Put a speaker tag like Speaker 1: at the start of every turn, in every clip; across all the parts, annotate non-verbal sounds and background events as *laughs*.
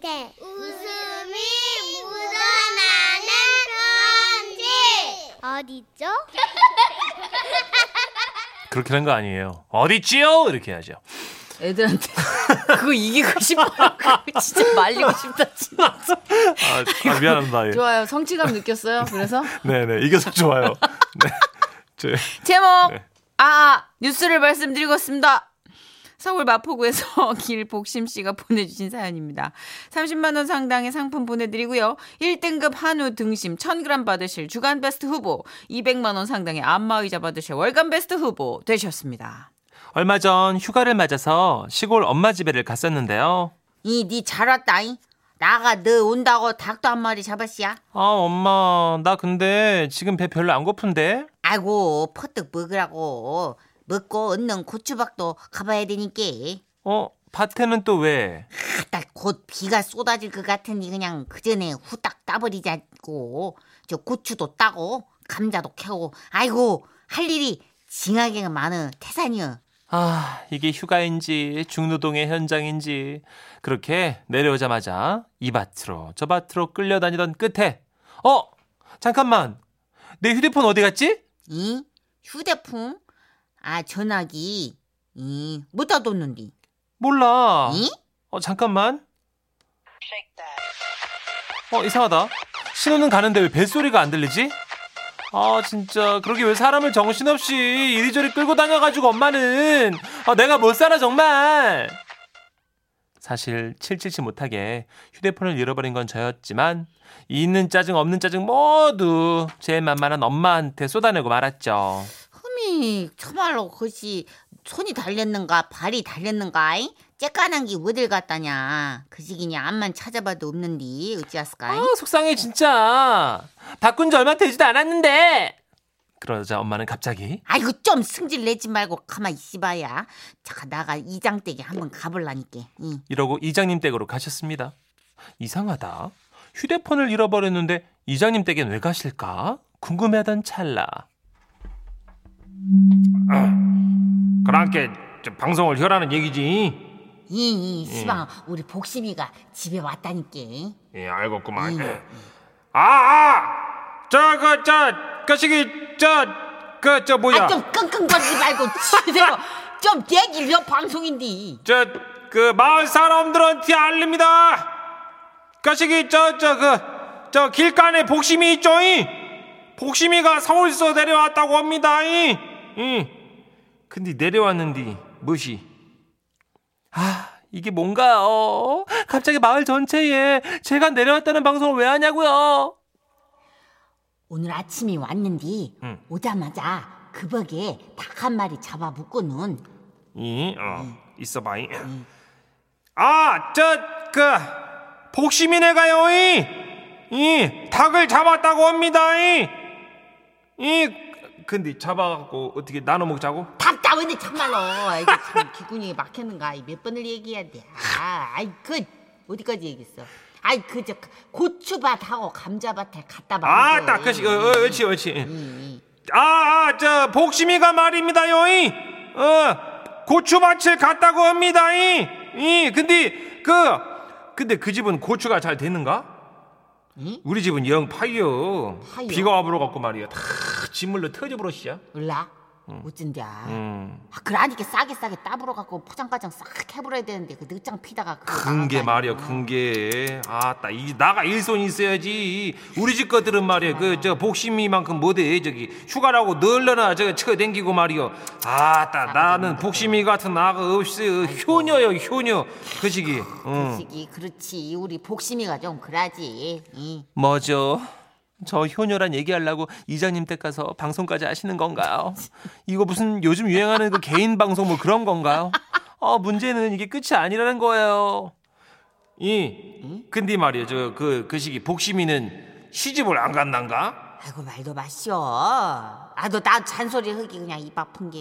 Speaker 1: 돼. 웃음이 묻어나는 편지. 어디죠?
Speaker 2: 그렇게 한 거 아니에요. 어딨지요? 이렇게 해야죠.
Speaker 3: 애들한테 *laughs* 그거 이기고 싶다. 그거 진짜 말리고 싶다. 진짜.
Speaker 2: *laughs* 아, 아, 미안합니다. 예.
Speaker 3: 좋아요. 성취감 느꼈어요. 그래서
Speaker 2: *laughs* 네네 이겨서 좋아요. *laughs* 네. 제,
Speaker 3: 제목
Speaker 2: 네.
Speaker 3: 아 뉴스를 말씀드리겠습니다. 서울 마포구에서 *laughs* 길복심 씨가 보내주신 사연입니다. 30만 원 상당의 상품 보내드리고요. 1등급 한우 등심 1,000g 받으실 주간 베스트 후보, 200만 원 상당의 안마의자 받으실 월간 베스트 후보 되셨습니다.
Speaker 2: 얼마 전 휴가를 맞아서 시골 엄마 집에를 갔었는데요.
Speaker 3: 이 니 잘 왔다잉. 나가 너 온다고 닭도 한 마리 잡았시야.
Speaker 2: 아 엄마 나 근데 지금 배 별로 안 고픈데.
Speaker 3: 아이고 퍼뜩 먹으라고 먹고 얻는 고추박도 가봐야 되니까.
Speaker 2: 어 밭에는 또 왜?
Speaker 3: 딱곧 비가 쏟아질 것 같으니 그냥 그 전에 후딱 따버리자고 저 고추도 따고 감자도 캐고 아이고 할 일이 징하게 많은 태산이여
Speaker 2: 아 이게 휴가인지 중노동의 현장인지 그렇게 내려오자마자 이 밭으로 저 밭으로 끌려다니던 끝에 어 잠깐만 내 휴대폰 어디 갔지?
Speaker 3: 이 휴대폰 아 전화기 이못 따뒀는디
Speaker 2: 몰라.
Speaker 3: 이
Speaker 2: 어 잠깐만. 어 이상하다. 신호는 가는데 왜 벨소리가 안 들리지? 아 진짜 그러게 왜 사람을 정신없이 이리저리 끌고 다녀가지고 엄마는 아, 내가 못 살아 정말. 사실 칠칠치 못하게 휴대폰을 잃어버린 건 저였지만 이 있는 짜증 없는 짜증 모두 제 만만한 엄마한테 쏟아내고 말았죠.
Speaker 3: 흠이 저말로 그것이 손이 달렸는가 발이 달렸는가 이 쬐까난 게 어딜 갔다냐 그 시기냐 암만 찾아봐도 없는디 어찌하스까
Speaker 2: 아, 속상해 진짜. 바꾼 지 얼마 되지도 않았는데. 그러자 엄마는 갑자기
Speaker 3: 아이고 좀 승질 내지 말고 가만 있어봐야. 잠깐 나가 이장 댁에 한번 가볼라니까. 응.
Speaker 2: 이러고 이장님 댁으로 가셨습니다. 이상하다. 휴대폰을 잃어버렸는데 이장님 댁엔 왜 가실까? 궁금해하던 찰나. 그랑께 방송을 혈하는 얘기지.
Speaker 3: 이, 이
Speaker 2: 음.
Speaker 3: 수방 우리 복심이가 집에 왔다니까.
Speaker 2: 예, 알겠구만. 아, 아, 저그 저, 그 시기 저, 그 저 뭐야?
Speaker 3: 아 좀 끙끙거리지 말고 치세요. 좀 얘기려 방송인데.
Speaker 2: 저 그 마을 사람들한테 알립니다. 그 가시기 저 저 그 저 길간에 복심이 있죠이. 복심이가 서울서 내려왔다고 합니다이. 응. 근데 내려왔는디 무시. 아 이게 뭔가 어 갑자기 마을 전체에 제가 내려왔다는 방송을 왜 하냐고요.
Speaker 3: 오늘 아침에 왔는데
Speaker 2: 응.
Speaker 3: 오자마자 그벅에 닭 한 마리 잡아 묶고는
Speaker 2: 이, 어, 있어봐이. 아, 저, 그, 복시민회가요, 이, 이, 닭을 잡았다고 합니다, 이. 이, 근데 잡아갖고 어떻게 나눠 먹자고?
Speaker 3: 답답한데 참말로. 이게 참 기분이 막혔는가. 이몇 번을 얘기해야 돼. 아, 아이 그 어디까지 얘기했어. 아이 그저 고추밭하고 감자밭에 갖다 봐.
Speaker 2: 아, 딱, 그, 시- 어, 어, 옳지, 옳지. 아, 아, 저, 복심이가 말입니다요, 이. 어, 고추밭을 갔다고 합니다, 이. 이, 근데, 그, 근데 그 집은 고추가 잘 되는가?
Speaker 3: 응?
Speaker 2: 우리 집은 영 파이요.
Speaker 3: 파이요?
Speaker 2: 비가 와불어 갖고 말이야. 다 진물로 터져 버렸시야.
Speaker 3: 몰라. 어쩐디야.
Speaker 2: 음.
Speaker 3: 아, 그러니까 싸게 싸게 따불어 갖고 포장가장 싹 해버려야 되는데 그 늑장 피다가 그거
Speaker 2: 큰 게
Speaker 3: 나간 거
Speaker 2: 말이야,
Speaker 3: 아니야.
Speaker 2: 큰 게. 아따, 이 나가 일손 있어야지. 우리 집 것들은 말이야, 그 저 복심이만큼 못해. 저기 휴가라고 널러나 저거 쳐댕기고 말이야. 아따, 나는 복심이 같은 나가 그, 없어. 효녀요, 효녀. 그 시기. 응.
Speaker 3: 그시기 그렇지 우리 복심이가 좀 그러지. 응.
Speaker 2: 뭐죠? 저 효녀란 얘기하려고 이장님 댁 가서 방송까지 하시는 건가요? 이거 무슨 요즘 유행하는 그 개인 방송 뭐 그런 건가요? 어, 문제는 이게 끝이 아니라는 거예요. 이 근데 말이에요. 저 그 그 시기 복심이는 시집을 안 간단가?
Speaker 3: 아이고 말도 마시오. 아너 나 잔소리 흑이 그냥 입 아픈 게.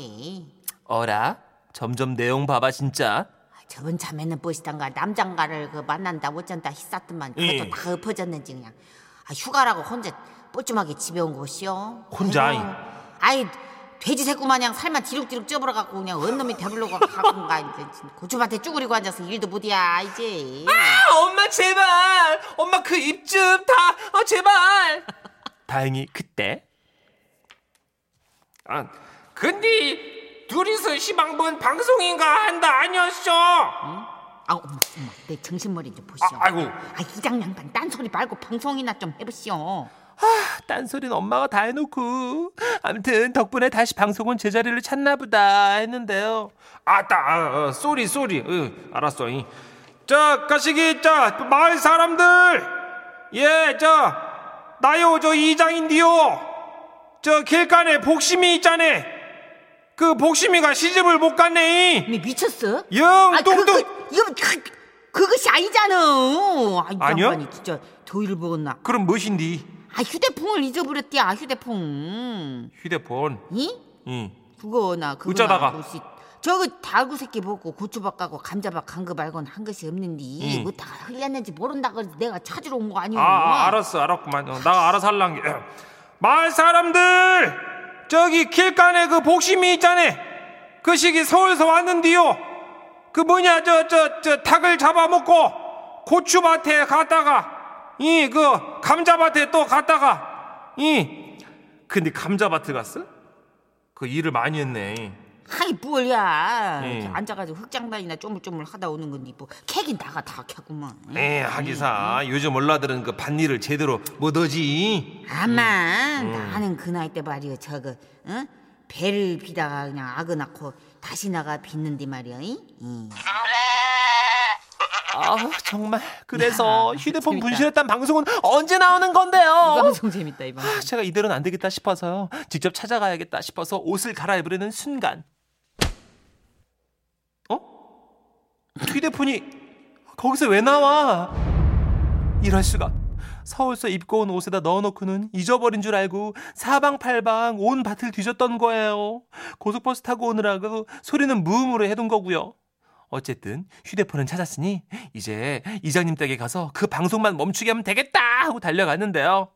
Speaker 2: 어라? 점점 내용 봐봐 진짜.
Speaker 3: 저번 참에는 보시던가 남장가를 그 만난다 어쩐다 히쌌더만 그것도
Speaker 2: 예.
Speaker 3: 다 엎어졌는지 그냥 아, 휴가라고 혼자 뽀쭈하게 집에 온 것이요
Speaker 2: 혼자,
Speaker 3: 아이 돼지 새끼 마냥 살만 지룩지룩 쪄버려갖고 그냥 언놈이 대불러가 가군가 이제 고추밭에 쭈그리고 앉아서 일도 못이야 이제
Speaker 4: 아, 엄마 제발 엄마 그 입 좀 다 아, 제발
Speaker 2: 어, 다행히 그때
Speaker 4: 아, 근데 둘이서 시방번 방송인가 한다 아니었어
Speaker 3: 아우 엄마, 엄마 내 정신머리 좀 보시오
Speaker 4: 아, 아이고.
Speaker 3: 이장 양반 딴소리 말고 방송이나 좀 해보시오
Speaker 4: 딴소리는 엄마가 다 해놓고 아무튼 덕분에 다시 방송은 제자리를 찾나 보다 했는데요
Speaker 2: 아따 아, 아, 쏘리 쏘리 어, 알았어 이. 자 가시기 자 마을 사람들 예저 나요 저 이장인데요 저 길간에 복심이 있자네 그 복심이가 시집을 못 갔네 이.
Speaker 3: 미, 미쳤어?
Speaker 2: 영
Speaker 3: 아,
Speaker 2: 똥똥
Speaker 3: 그거, 이거 그, 그것이 아니잖아 아, 이
Speaker 2: 아니요?
Speaker 3: 양반이 진짜 더위를 먹었나
Speaker 2: 그럼 무엇인디
Speaker 3: 아 휴대폰을 잊어버렸디야 휴대폰
Speaker 2: 휴대폰
Speaker 3: 이?
Speaker 2: 응.
Speaker 3: 그거 나 그거
Speaker 2: 어쩌다가?
Speaker 3: 저거 달구 새끼 먹고 고추밥 가고 감자밥 간 거 말고는 한 것이 없는데
Speaker 2: 응.
Speaker 3: 어디다가 흘렸는지 모른다 그래서 내가 찾으러 온 거 아니오
Speaker 2: 아, 아 알았어 알았구만 어, 나 알아서 할란 게 마을 사람들 저기 길간에 그 복심이 있자네 그 시기 서울서 왔는데요 그 뭐냐 저 저 저 닭을 잡아먹고 고추밭에 갔다가 이 그 감자밭에 또 갔다가 이 근데 감자밭에 갔어? 그 일을 많이 했네
Speaker 3: 하이 뭐야
Speaker 2: 응.
Speaker 3: 이렇게 앉아가지고 흑장단이나 쪼물쪼물 하다 오는 건데 뭐 캐기 나가 다 캐구만
Speaker 2: 에 네, 하기사 요즘 올라들은 그 밭일을 제대로 못하지
Speaker 3: 아마 나는 그 나이 때 말이야 저거 응? 배를 비다가 그냥 악어 낳고 다시 나가 빚는데 말이야 이? 응.
Speaker 4: 아 정말 그래서
Speaker 3: 야,
Speaker 4: 휴대폰
Speaker 3: 재밌다.
Speaker 4: 분실했단 방송은 언제 나오는 건데요
Speaker 3: 방송 재밌다 이 방송
Speaker 4: 아, 제가 이대로는 안 되겠다 싶어서요. 직접 찾아가야겠다 싶어서 옷을 갈아입으려는 순간. 어? 휴대폰이 거기서 왜 나와? 이럴 수가. 서울서 입고 온 옷에다 넣어놓고는 잊어버린 줄 알고 사방팔방 온 밭을 뒤졌던 거예요. 고속버스 타고 오느라고 소리는 무음으로 해둔 거고요. 어쨌든 휴대폰은 찾았으니 이제 이장님 댁에 가서 그 방송만 멈추게 하면 되겠다 하고 달려갔는데요.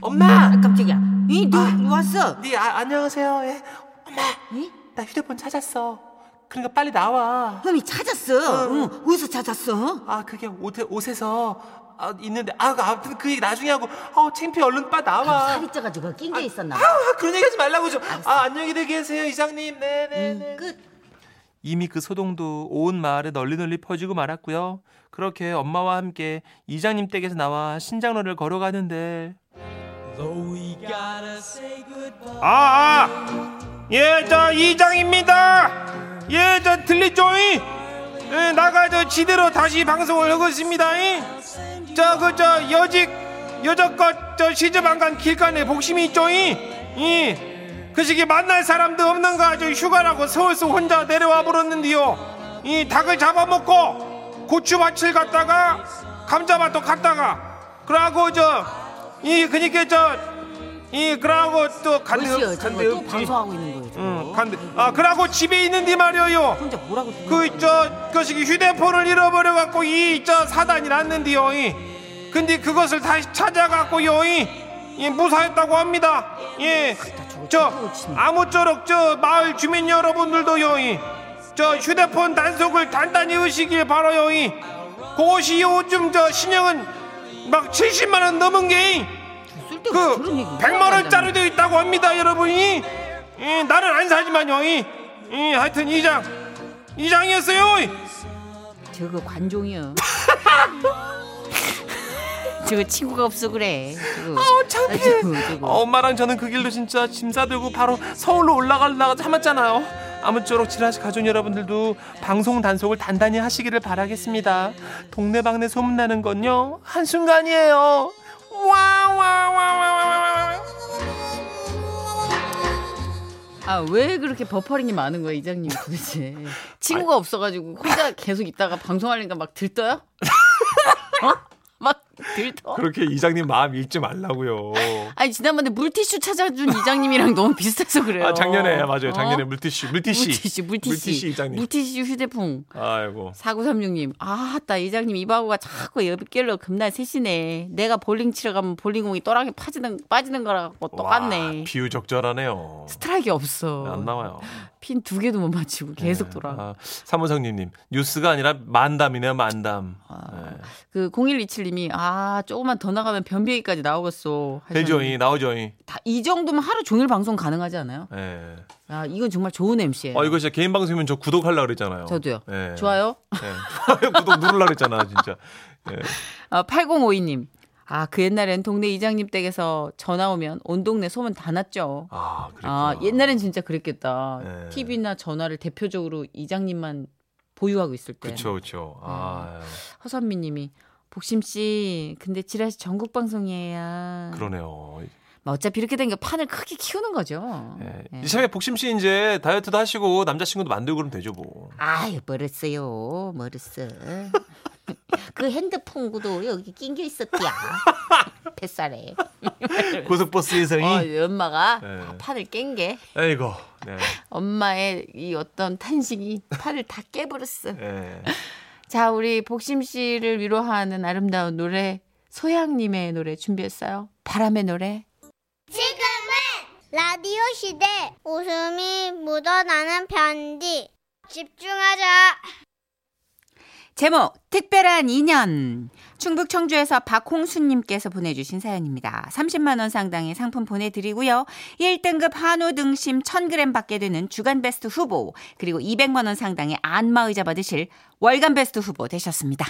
Speaker 4: 엄마!
Speaker 3: 아 깜짝이야 이너 왔어
Speaker 4: 네 아, 안녕하세요. 예. 엄마,
Speaker 3: 이?
Speaker 4: 나 휴대폰 찾았어. 그러니까 빨리 나와.
Speaker 3: 흠이 찾았어. 응. 어디서 찾았어?
Speaker 4: 아 그게 옷에, 옷에서 아, 있는데 아 그, 아무튼 그 얘기 나중에 하고 어 창피해 얼른 빠 나와.
Speaker 3: 살이 쪄가지고 낀 게 있었나
Speaker 4: 아
Speaker 3: 봐.
Speaker 4: 그런 얘기하지 말라고 좀. 아 안녕히 계세요 이장님.
Speaker 5: 음,
Speaker 4: 네네네.
Speaker 3: 끝.
Speaker 4: 이미 그 소동도 온 마을에 널리 널리 퍼지고 말았고요. 그렇게 엄마와 함께 이장님 댁에서 나와 신장로를 걸어가는데
Speaker 2: 아, 아. 예, 저 이장입니다. 예, 저 들리죠잉? 예, 나가 저 지대로 다시 방송을 하겠습니다잉. 저, 그, 저, 여직, 여적껏 저 시집 안 간 길간에 복심이 있죠잉? 이, 그 시기 만날 사람도 없는가 저 휴가라고 서울서 혼자 내려와 버렸는데요. 이 닭을 잡아먹고 고추밭을 갔다가 감자밭도 갔다가 그러고 저 이 그니까 저 이 그러고 또 간대
Speaker 3: 글쎄요, 저거
Speaker 2: 간대
Speaker 3: 또
Speaker 2: 없지.
Speaker 3: 뭐 방송하고 있는 거예요. 저거.
Speaker 2: 응, 간대. 아, 그러고 집에 있는디 말이에요.
Speaker 3: 혼자 뭐라고
Speaker 2: 그, 저, 그식이 휴대폰을 잃어버려갖고, 이, 저, 사단이 났는데요, 이. 근데 그것을 다시 찾아갖고요, 이. 예, 무사했다고 합니다. 예. 저, 아무쪼록, 저, 마을 주민 여러분들도요, 이. 저, 휴대폰 단속을 단단히 하시길 바라요, 이. 그것이 요즘, 저, 신형은 막 70만원 넘은 게, 이.
Speaker 3: 쓸데없이
Speaker 2: 그
Speaker 3: 그런 얘기.
Speaker 2: 100만 원짜리도 있다고 합니다 여러분이 예, 나는 안 사지만요 이, 이 하여튼 이장 이장이었어요 이.
Speaker 5: 그
Speaker 3: 저거
Speaker 5: *laughs*
Speaker 3: 관종이요.
Speaker 6: 저거 친구가 없어 그래. 저거.
Speaker 4: 어, 창피해.
Speaker 3: 아이고, 저거.
Speaker 4: 엄마랑 저는 그 길로 진짜 짐 싸들고 바로 서울로 올라가려다가 참았잖아요. 아무쪼록 지라시 가족 여러분들도 방송 단속을 단단히 하시기를 바라겠습니다. 동네방네 소문나는 건요 한순간이에요. 와와와와와와.
Speaker 5: 아 왜 그렇게 버퍼링이 많은 거야 이장님 도대체
Speaker 2: *laughs*
Speaker 5: 친구가 없어가지고 혼자 계속 있다가 방송하려니까 막 들떠요? 어? 막 들떠.
Speaker 2: 그렇게 이장님 마음 읽지 말라고요.
Speaker 5: 아니 지난번에 물티슈 찾아준 이장님이랑 너무 비슷해서 그래요.
Speaker 2: 아 작년에 맞아요. 작년에
Speaker 5: 어?
Speaker 2: 물티슈,
Speaker 5: 물티슈
Speaker 2: 물티슈,
Speaker 5: 물티슈
Speaker 2: 물티슈 이장님.
Speaker 5: 물티슈 휴대폰.
Speaker 2: 아이고.
Speaker 5: 4936님, 아, 따 이장님 이바구가 자꾸 옆길로 금날 셋이네. 내가 볼링 치러 가면 볼링공이 또랑이 빠지는, 빠지는 거랑 뭐 똑같네.
Speaker 2: 와, 비유 적절하네요.
Speaker 5: 스트라이크 없어.
Speaker 2: 안 나와요.
Speaker 5: 핀 두 개도 못 맞히고 계속 돌아.
Speaker 2: 아, 사무장님님 뉴스가 아니라 만담이네요 만담. 예.
Speaker 5: 그 0127님이 아 조금만 더 나가면 변비기까지 나오겠어. 하셨는데
Speaker 2: 되죠이 나오죠이.
Speaker 5: 다- 이 정도면 하루 종일 방송 가능하지 않아요?
Speaker 2: 예.
Speaker 5: 아 이건 정말 좋은 MC예요.
Speaker 2: 아 이거 진짜 개인 방송이면 저 구독하려 그랬잖아요.
Speaker 5: 저도요.
Speaker 2: 예.
Speaker 5: 좋아요.
Speaker 2: 예. *laughs* 구독 누르려 그랬잖아 진짜. 예.
Speaker 5: 아, 8052님. 아, 그 옛날엔 동네 이장님 댁에서 전화 오면 온 동네 소문 다 났죠.
Speaker 2: 아 그래.
Speaker 5: 아, 옛날엔 진짜 그랬겠다.
Speaker 2: 네.
Speaker 5: TV나 전화를 대표적으로 이장님만 보유하고 있을 때.
Speaker 2: 그쵸 그쵸.
Speaker 5: 음.
Speaker 2: 아
Speaker 5: 허선미 님이 복심 씨, 근데 지라시 전국 방송이에야.
Speaker 2: 그러네요.
Speaker 5: 뭐 어차피 이렇게 된 게 판을 크게 키우는 거죠.
Speaker 2: 예.
Speaker 5: 예.
Speaker 2: 이 참에 복심 씨 이제 다이어트도 하시고 남자친구도 만들고 그러면 되죠 뭐.
Speaker 7: 아유 멀었어요 멀었어
Speaker 4: *laughs*
Speaker 7: 그 핸드폰구도 여기 낑겨
Speaker 4: *laughs*
Speaker 7: 있었디야 뱃살에
Speaker 5: 네.
Speaker 2: 고속버스에서
Speaker 5: 어,
Speaker 2: 이.
Speaker 5: 이 엄마가
Speaker 2: 네.
Speaker 5: 다 판을 깬 게
Speaker 2: 아이고. 네.
Speaker 5: 엄마의 이 어떤 탄식이 판을 다 깨버렸어.
Speaker 2: 예.
Speaker 5: 자, 우리 복심 씨를 위로하는 아름다운 노래 소양님의 노래 준비했어요. 바람의 노래.
Speaker 1: 지금은 라디오 시대 웃음이 묻어나는 편지 집중하자
Speaker 5: 제목 특별한 인연 충북 청주에서 박홍수님께서 보내주신 사연입니다. 30만 원 상당의 상품 보내드리고요. 1등급 한우 등심 1000g 받게 되는 주간베스트 후보 그리고 200만 원 상당의 안마의자 받으실 월간베스트 후보 되셨습니다.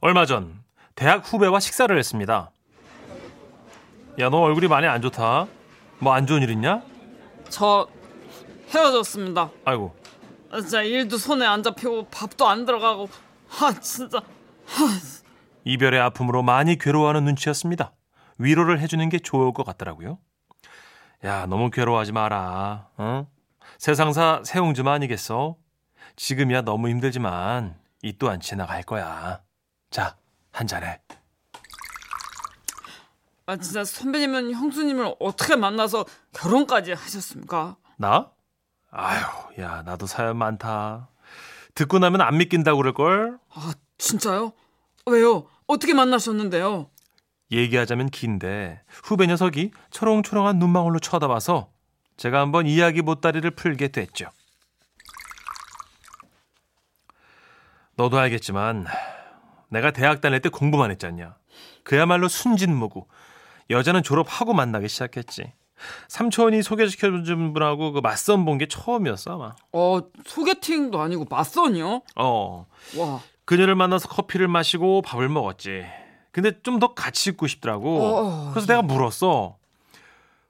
Speaker 4: 얼마 전 대학 후배와 식사를 했습니다. 야, 너 얼굴이 많이 안 좋다. 뭐 안 좋은 일 있냐?
Speaker 8: 저 헤어졌습니다.
Speaker 4: 아이고.
Speaker 8: 아, 진짜 일도 손에 안 잡히고 밥도 안 들어가고 아 진짜
Speaker 4: 이별의 아픔으로 많이 괴로워하는 눈치였습니다. 위로를 해주는 게 좋을 것 같더라고요. 야, 너무 괴로워하지 마라. 어? 세상사 세홍주만 아니겠어? 지금이야 너무 힘들지만 이 또한 지나갈 거야. 자, 한 잔해.
Speaker 8: 아 진짜 선배님은 형수님을 어떻게 만나서 결혼까지 하셨습니까?
Speaker 4: 나? 아휴, 야, 나도 사연 많다. 듣고 나면 안 믿긴다고 그럴걸?
Speaker 8: 아 진짜요? 왜요? 어떻게 만나셨는데요?
Speaker 4: 얘기하자면 긴데 후배 녀석이 초롱초롱한 눈망울로 쳐다봐서 제가 한번 이야기 보따리를 풀게 됐죠. 너도 알겠지만 내가 대학 다닐 때 공부만 했잖냐. 그야말로 순진무구. 여자는 졸업하고 만나기 시작했지. 삼촌이 소개시켜준 분하고 그 맞선 본 게 처음이었어 아마.
Speaker 8: 어 소개팅도 아니고 맞선이요?
Speaker 4: 어.
Speaker 8: 와
Speaker 4: 그녀를 만나서 커피를 마시고 밥을 먹었지. 근데 좀 더 같이 있고 싶더라고.
Speaker 8: 어,
Speaker 4: 그래서 내가 물었어.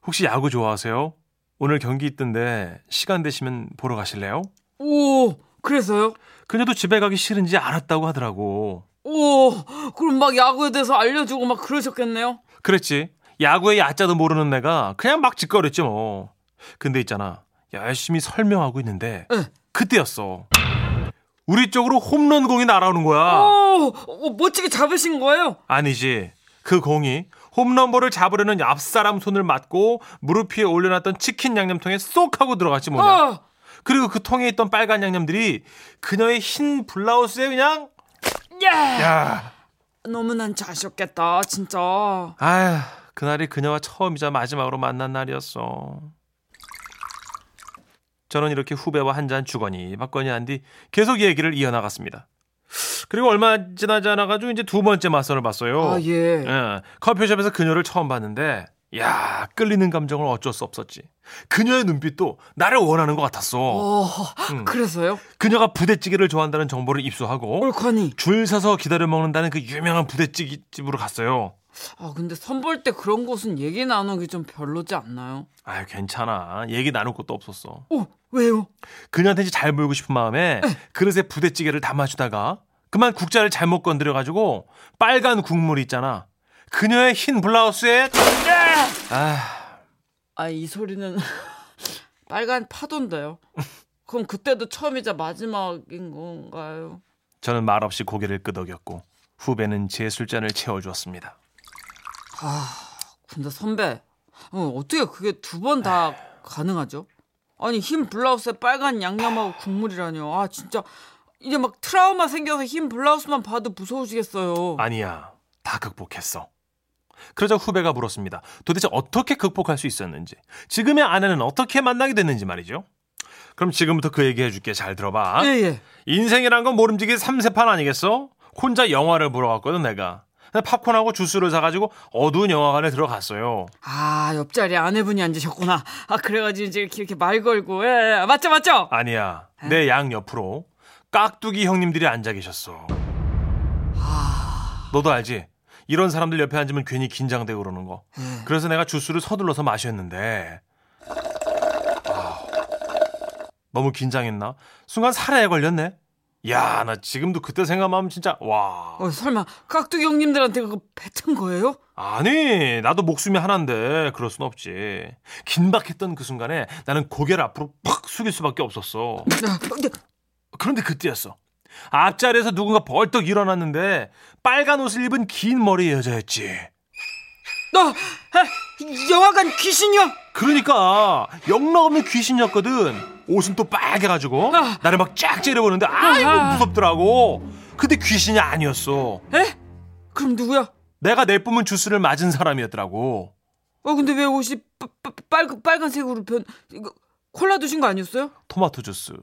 Speaker 4: 혹시 야구 좋아하세요? 오늘 경기 있던데 시간 되시면 보러 가실래요?
Speaker 8: 오, 그래서요?
Speaker 4: 그녀도 집에 가기 싫은지 알았다고 하더라고.
Speaker 8: 오, 그럼 막 야구에 대해서 알려주고 막 그러셨겠네요?
Speaker 4: 그랬지. 야구의 야자도 모르는 내가 그냥 막 짓거렸지 뭐. 근데 있잖아. 열심히 설명하고 있는데
Speaker 8: 응.
Speaker 4: 그때였어. 우리 쪽으로 홈런 공이 날아오는
Speaker 8: 어.
Speaker 4: 거야.
Speaker 8: 오, 오, 멋지게 잡으신 거예요?
Speaker 4: 아니지. 그 공이 홈런볼을 잡으려는 앞사람 손을 맞고 무릎 위에 올려놨던 치킨 양념통에 쏙 하고 들어갔지 뭐냐.
Speaker 8: 아,
Speaker 4: 그리고 그 통에 있던 빨간 양념들이 그녀의 흰 블라우스에 그냥
Speaker 8: 예!
Speaker 4: 야.
Speaker 8: 너무 난 자셨겠다, 진짜.
Speaker 4: 아휴, 그날이 그녀와 처음이자 마지막으로 만난 날이었어. 저는 이렇게 후배와 한 잔 주거니 받거니 한 뒤 계속 얘기를 이어나갔습니다. 그리고 얼마 지나지 않아가지고 이제 두 번째 맞선을 봤어요.
Speaker 8: 아, 예.
Speaker 4: 예, 커피숍에서 그녀를 처음 봤는데 야 끌리는 감정을 어쩔 수 없었지 그녀의 눈빛도 나를 원하는 것 같았어
Speaker 8: 어,
Speaker 4: 음.
Speaker 8: 그래서요?
Speaker 4: 그녀가 부대찌개를 좋아한다는 정보를 입수하고
Speaker 8: 옳거니.
Speaker 4: 줄 서서 기다려 먹는다는 그 유명한 부대찌개집으로 갔어요
Speaker 8: 아, 근데 선볼 때 그런 곳은 얘기 나누기 좀 별로지 않나요?
Speaker 4: 아유 괜찮아 얘기 나눌 것도 없었어
Speaker 8: 오, 왜요?
Speaker 4: 그녀한테 이제 잘 보이고 싶은 마음에 그릇에 부대찌개를 담아주다가 그만 국자를 잘못 건드려가지고 빨간 국물이 있잖아 그녀의 흰 블라우스에 아
Speaker 8: 아, 이 소리는 *laughs* 빨간 파도인데요. 그럼 그때도 처음이자 마지막인 건가요?
Speaker 4: 저는 말없이 고개를 끄덕였고
Speaker 2: 후배는 제 술잔을 채워주었습니다.
Speaker 8: 근데 선배, 어, 어떻게 그게 두 번 다 가능하죠? 아니 흰 블라우스에 빨간 양념하고 국물이라뇨. 아 진짜 이제 막 트라우마 생겨서 흰 블라우스만 봐도 무서우시겠어요.
Speaker 2: 아니야, 다 극복했어. 그러자 후배가 물었습니다. 도대체 어떻게 극복할 수 있었는지, 지금의 아내는 어떻게 만나게 됐는지 말이죠. 그럼 지금부터 그 얘기 해줄게. 잘 들어봐.
Speaker 8: 예예.
Speaker 2: 인생이란 건 모름지기 3세판 아니겠어? 혼자 영화를 보러 갔거든, 내가. 근데 팝콘하고 주스를 사가지고 어두운 영화관에 들어갔어요.
Speaker 8: 아 옆자리에 아내분이 앉으셨구나. 아 그래가지고 이제 이렇게, 이렇게 말 걸고 예, 예. 맞죠 맞죠.
Speaker 2: 아니야, 내 양 옆으로 깍두기 형님들이 앉아 계셨어. 너도 알지? 이런 사람들 옆에 앉으면 괜히 긴장되고 그러는 거. 그래서 내가 주스를 서둘러서 마셨는데. 아우, 너무 긴장했나? 순간 살에 걸렸네? 야, 나 지금도 그때 생각하면 진짜, 와.
Speaker 8: 어 설마 깍두기 형님들한테 그거 뱉은 거예요?
Speaker 2: 아니, 나도 목숨이 하나인데 그럴 순 없지. 긴박했던 그 순간에 나는 고개를 앞으로 팍 숙일 수밖에 없었어.
Speaker 8: 아,
Speaker 2: 그런데 그때였어. 앞자리에서 누군가 벌떡 일어났는데 빨간 옷을 입은 긴 머리의 여자였지.
Speaker 8: 너 아, 영화관 귀신이요?
Speaker 2: 그러니까 영락없는 귀신이었거든. 옷은 또 빨개가지고
Speaker 8: 아.
Speaker 2: 나를 막 쫙 째려보는데 아이고
Speaker 8: 아하.
Speaker 2: 무섭더라고. 근데 귀신이 아니었어.
Speaker 8: 에? 그럼 누구야?
Speaker 2: 내가 내뿜은 주스를 맞은 사람이었더라고.
Speaker 8: 어 근데 왜 옷이 빠, 빠, 빨간 빨간색으로 변? 이거 콜라 드신 거 아니었어요?
Speaker 2: 토마토 주스.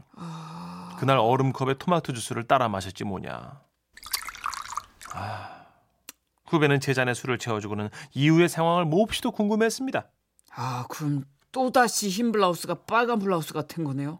Speaker 2: 그날 얼음컵에 토마토 주스를 따라 마셨지 뭐냐. 아, 후배는 제 잔에 술을 채워주고는 이후의 상황을 몹시도 궁금해했습니다.
Speaker 8: 아 그럼 또 다시 흰 블라우스가 빨간 블라우스 같은 거네요.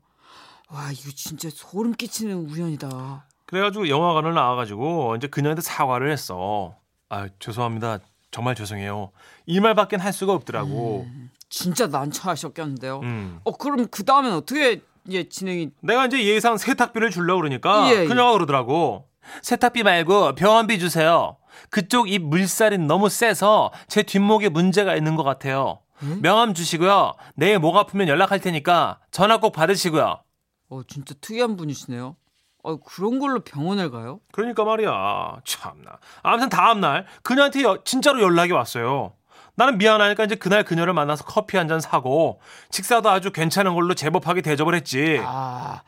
Speaker 8: 와 이거 진짜 소름 끼치는 우연이다.
Speaker 2: 그래가지고 영화관을 나와가지고 이제 그녀한테 사과를 했어. 아 죄송합니다. 정말 죄송해요. 이 말밖엔 할 수가
Speaker 4: 음.
Speaker 2: 없더라고.
Speaker 8: 진짜 난처하셨겠는데요.
Speaker 2: 음.
Speaker 8: 어 그럼 그 다음엔 어떻게 예 진행이?
Speaker 2: 내가 이제 예상 세탁비를 주려고
Speaker 4: 음.
Speaker 2: 그러니까
Speaker 8: 예, 예.
Speaker 2: 그녀가 그러더라고. 세탁비 말고 병원비 주세요. 그쪽 입 물살이 너무 세서 제 뒷목에 문제가 있는 것 같아요.
Speaker 8: 음?
Speaker 2: 명함 주시고요. 내일 목 아프면 연락할 테니까 전화 꼭 받으시고요.
Speaker 8: 어 진짜 특이한 분이시네요. 어 그런 걸로 병원을 가요?
Speaker 2: 그러니까 말이야. 참나. 아무튼 다음 날 그녀한테 여- 진짜로 연락이 왔어요. 나는 미안하니까 이제 그날 그녀를 만나서 커피 한 잔 사고 식사도 아주 괜찮은 걸로 제법하게 대접을 했지.
Speaker 8: 아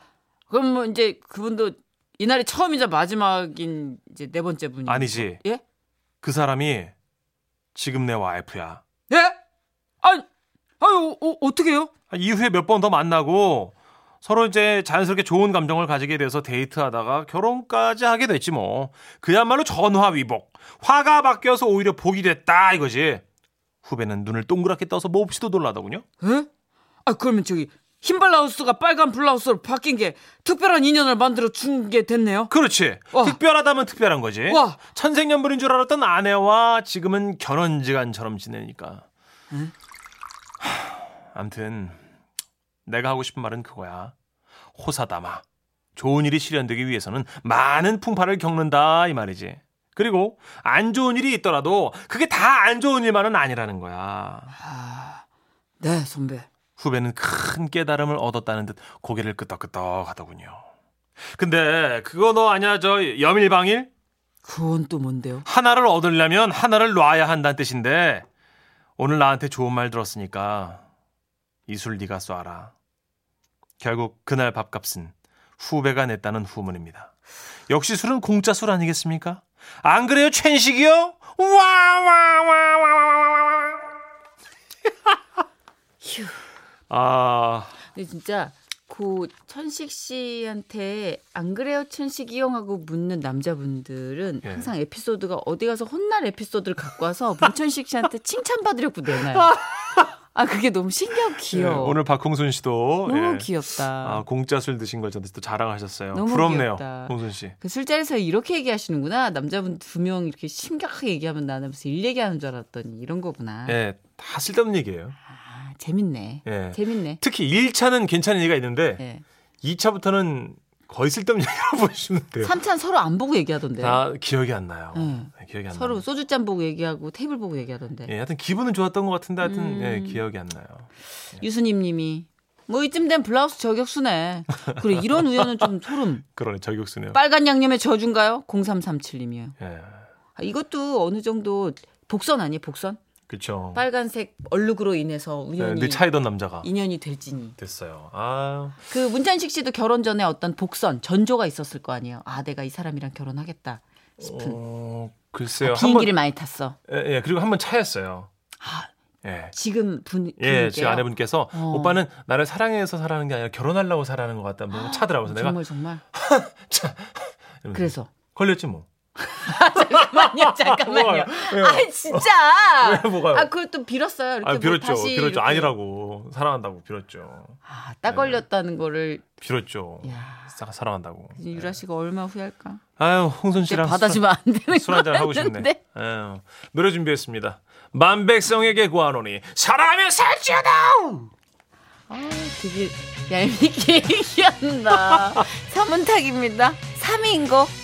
Speaker 8: 그럼 뭐 이제 그분도 이날이 처음이자 마지막인 이제 네 번째 분이
Speaker 2: 아니지.
Speaker 8: 예?
Speaker 2: 그 사람이 지금 내 와이프야.
Speaker 8: 예? 아니 아유 어, 어떻게 해요?
Speaker 2: 이후에 몇 번 더 만나고 서로 이제 자연스럽게 좋은 감정을 가지게 돼서 데이트하다가 결혼까지 하게 됐지 뭐. 그야말로 전화위복. 화가 바뀌어서 오히려 복이 됐다 이거지. 후배는 눈을 동그랗게 떠서 몹시도 놀라더군요.
Speaker 8: 에? 아 그러면 저기 흰 블라우스가 빨간 블라우스로 바뀐 게 특별한 인연을 만들어 준 게 됐네요.
Speaker 2: 그렇지.
Speaker 8: 와.
Speaker 2: 특별하다면 특별한 거지.
Speaker 8: 와.
Speaker 2: 천생연분인 줄 알았던 아내와 지금은 결혼지간처럼 지내니까. 하, 암튼 내가 하고 싶은 말은 그거야. 호사다마. 좋은 일이 실현되기 위해서는 많은 풍파를 겪는다 이 말이지. 그리고 안 좋은 일이 있더라도 그게 다 안 좋은 일만은 아니라는 거야.
Speaker 8: 네 선배.
Speaker 2: 후배는 큰 깨달음을 얻었다는 듯 고개를 끄덕끄덕 하더군요. 근데 그거 너 아냐 저 염일방일?
Speaker 8: 그건 또 뭔데요?
Speaker 2: 하나를 얻으려면 하나를 놔야 한다는 뜻인데 오늘 나한테 좋은 말 들었으니까 이 술 네가 쏴라. 결국 그날 밥값은 후배가 냈다는 후문입니다. 역시 술은 공짜 술 아니겠습니까? 안 그래요 최식이요? 와와와와와와와. 아
Speaker 5: 근데 진짜 그 천식 씨한테 안 그래요 천식이 형하고 묻는 남자분들은
Speaker 2: 예.
Speaker 5: 항상 에피소드가 어디 가서 혼날 에피소드를 갖고
Speaker 2: *laughs*
Speaker 5: 와서 문천식 씨한테 칭찬받으려고 내놔요. 아 그게 너무 신기하고 귀여워.
Speaker 2: 예, 오늘 박홍순 씨도
Speaker 5: 너무
Speaker 2: 예.
Speaker 5: 귀엽다.
Speaker 2: 아, 공짜 술 드신 걸 저한테 또 자랑하셨어요.
Speaker 5: 너무
Speaker 2: 부럽네요.
Speaker 5: 귀엽다.
Speaker 2: 홍순 씨.
Speaker 5: 그 술자리에서 이렇게 얘기하시는구나. 남자분 두 명 이렇게 심각하게 얘기하면 나는 무슨 일 얘기하는 줄 알았더니 이런 거구나.
Speaker 2: 예, 다 쓸데없는 얘기예요.
Speaker 5: 아, 재밌네.
Speaker 2: 예.
Speaker 5: 재밌네.
Speaker 2: 특히 1차는 괜찮은 얘기가 있는데
Speaker 5: 예.
Speaker 2: 2차부터는 거의 쓸데없는 얘기라고 *laughs* 보시면 돼요.
Speaker 5: 삼차는 서로 안 보고 얘기하던데. 요
Speaker 2: 그 다 기억이 안 나요.
Speaker 5: 예.
Speaker 2: 네, 기억이 안
Speaker 5: 네. 서로 네.
Speaker 2: 나요.
Speaker 5: 소주잔 보고 얘기하고 테이블 보고 얘기하던데.
Speaker 2: 예, 하여튼 기분은 좋았던 것 같은데 하여튼 예,
Speaker 5: 음.
Speaker 2: 기억이 안 나요.
Speaker 5: 네. 유수님 님이 뭐 이쯤 된 블라우스 저격수네. 그래 이런 우연은 좀 소름.
Speaker 2: 그러네, 저격수네요.
Speaker 5: 빨간 양념의 저주인가요? 0337 님이요.
Speaker 2: 예.
Speaker 5: 아, 이것도 어느 정도 복선 아니에요? 복선?
Speaker 2: 그쵸.
Speaker 5: 빨간색 얼룩으로 인해서
Speaker 2: 네,
Speaker 5: 우연히
Speaker 2: 늘 차이던 남자가
Speaker 5: 인연이 될지니.
Speaker 2: 됐어요. 아,
Speaker 5: 그 문찬식 씨도 결혼 전에 어떤 복선, 전조가 있었을 거 아니에요. 아, 내가 이 사람이랑 결혼하겠다.
Speaker 2: 어, 글쎄요.
Speaker 5: 아, 비행기를 많이 탔어.
Speaker 2: 한번, 예, 예, 그리고 한 번 차였어요.
Speaker 5: 아,
Speaker 2: 예.
Speaker 5: 지금 분
Speaker 2: 예,
Speaker 5: 분께요?
Speaker 2: 제 아내분께서
Speaker 5: 어.
Speaker 2: 오빠는 나를 사랑해서 살아는 게 아니라 결혼하려고 살아는 것 같다. 뭐 차더라고. 그래서
Speaker 5: 정말
Speaker 2: 내가
Speaker 5: 정말.
Speaker 2: 차. 이러면서
Speaker 5: 그래서
Speaker 2: 걸렸지 뭐.
Speaker 5: 잠깐만요, 잠깐만요.
Speaker 2: 왜요?
Speaker 5: 아 진짜.
Speaker 2: 왜 뭐가요?
Speaker 5: 아 그걸 또 빌었어요. 이렇게
Speaker 2: 아,
Speaker 5: 뭐
Speaker 2: 빌었죠.
Speaker 5: 다시
Speaker 2: 빌었죠.
Speaker 5: 이렇게.
Speaker 2: 아니라고. 사랑한다고 빌었죠.
Speaker 5: 아,
Speaker 2: 네.
Speaker 5: 딱 걸렸다는 거를
Speaker 2: 빌었죠.
Speaker 5: 야.
Speaker 2: 사- 사랑한다고.
Speaker 5: 유라 씨가 얼마 후회할까?
Speaker 2: 아유, 홍선
Speaker 5: 이제
Speaker 2: 씨랑
Speaker 5: 받아주면 안 되는
Speaker 2: 술 한잔 하고 싶네.
Speaker 5: 거였는데.
Speaker 2: 아유, 노래 준비했습니다. 만백성에게 구하노니 사람의 살찌다.
Speaker 5: 아, 되게 얄밉게 *laughs* 얘기한다.
Speaker 9: 서문탁입니다. 3인곡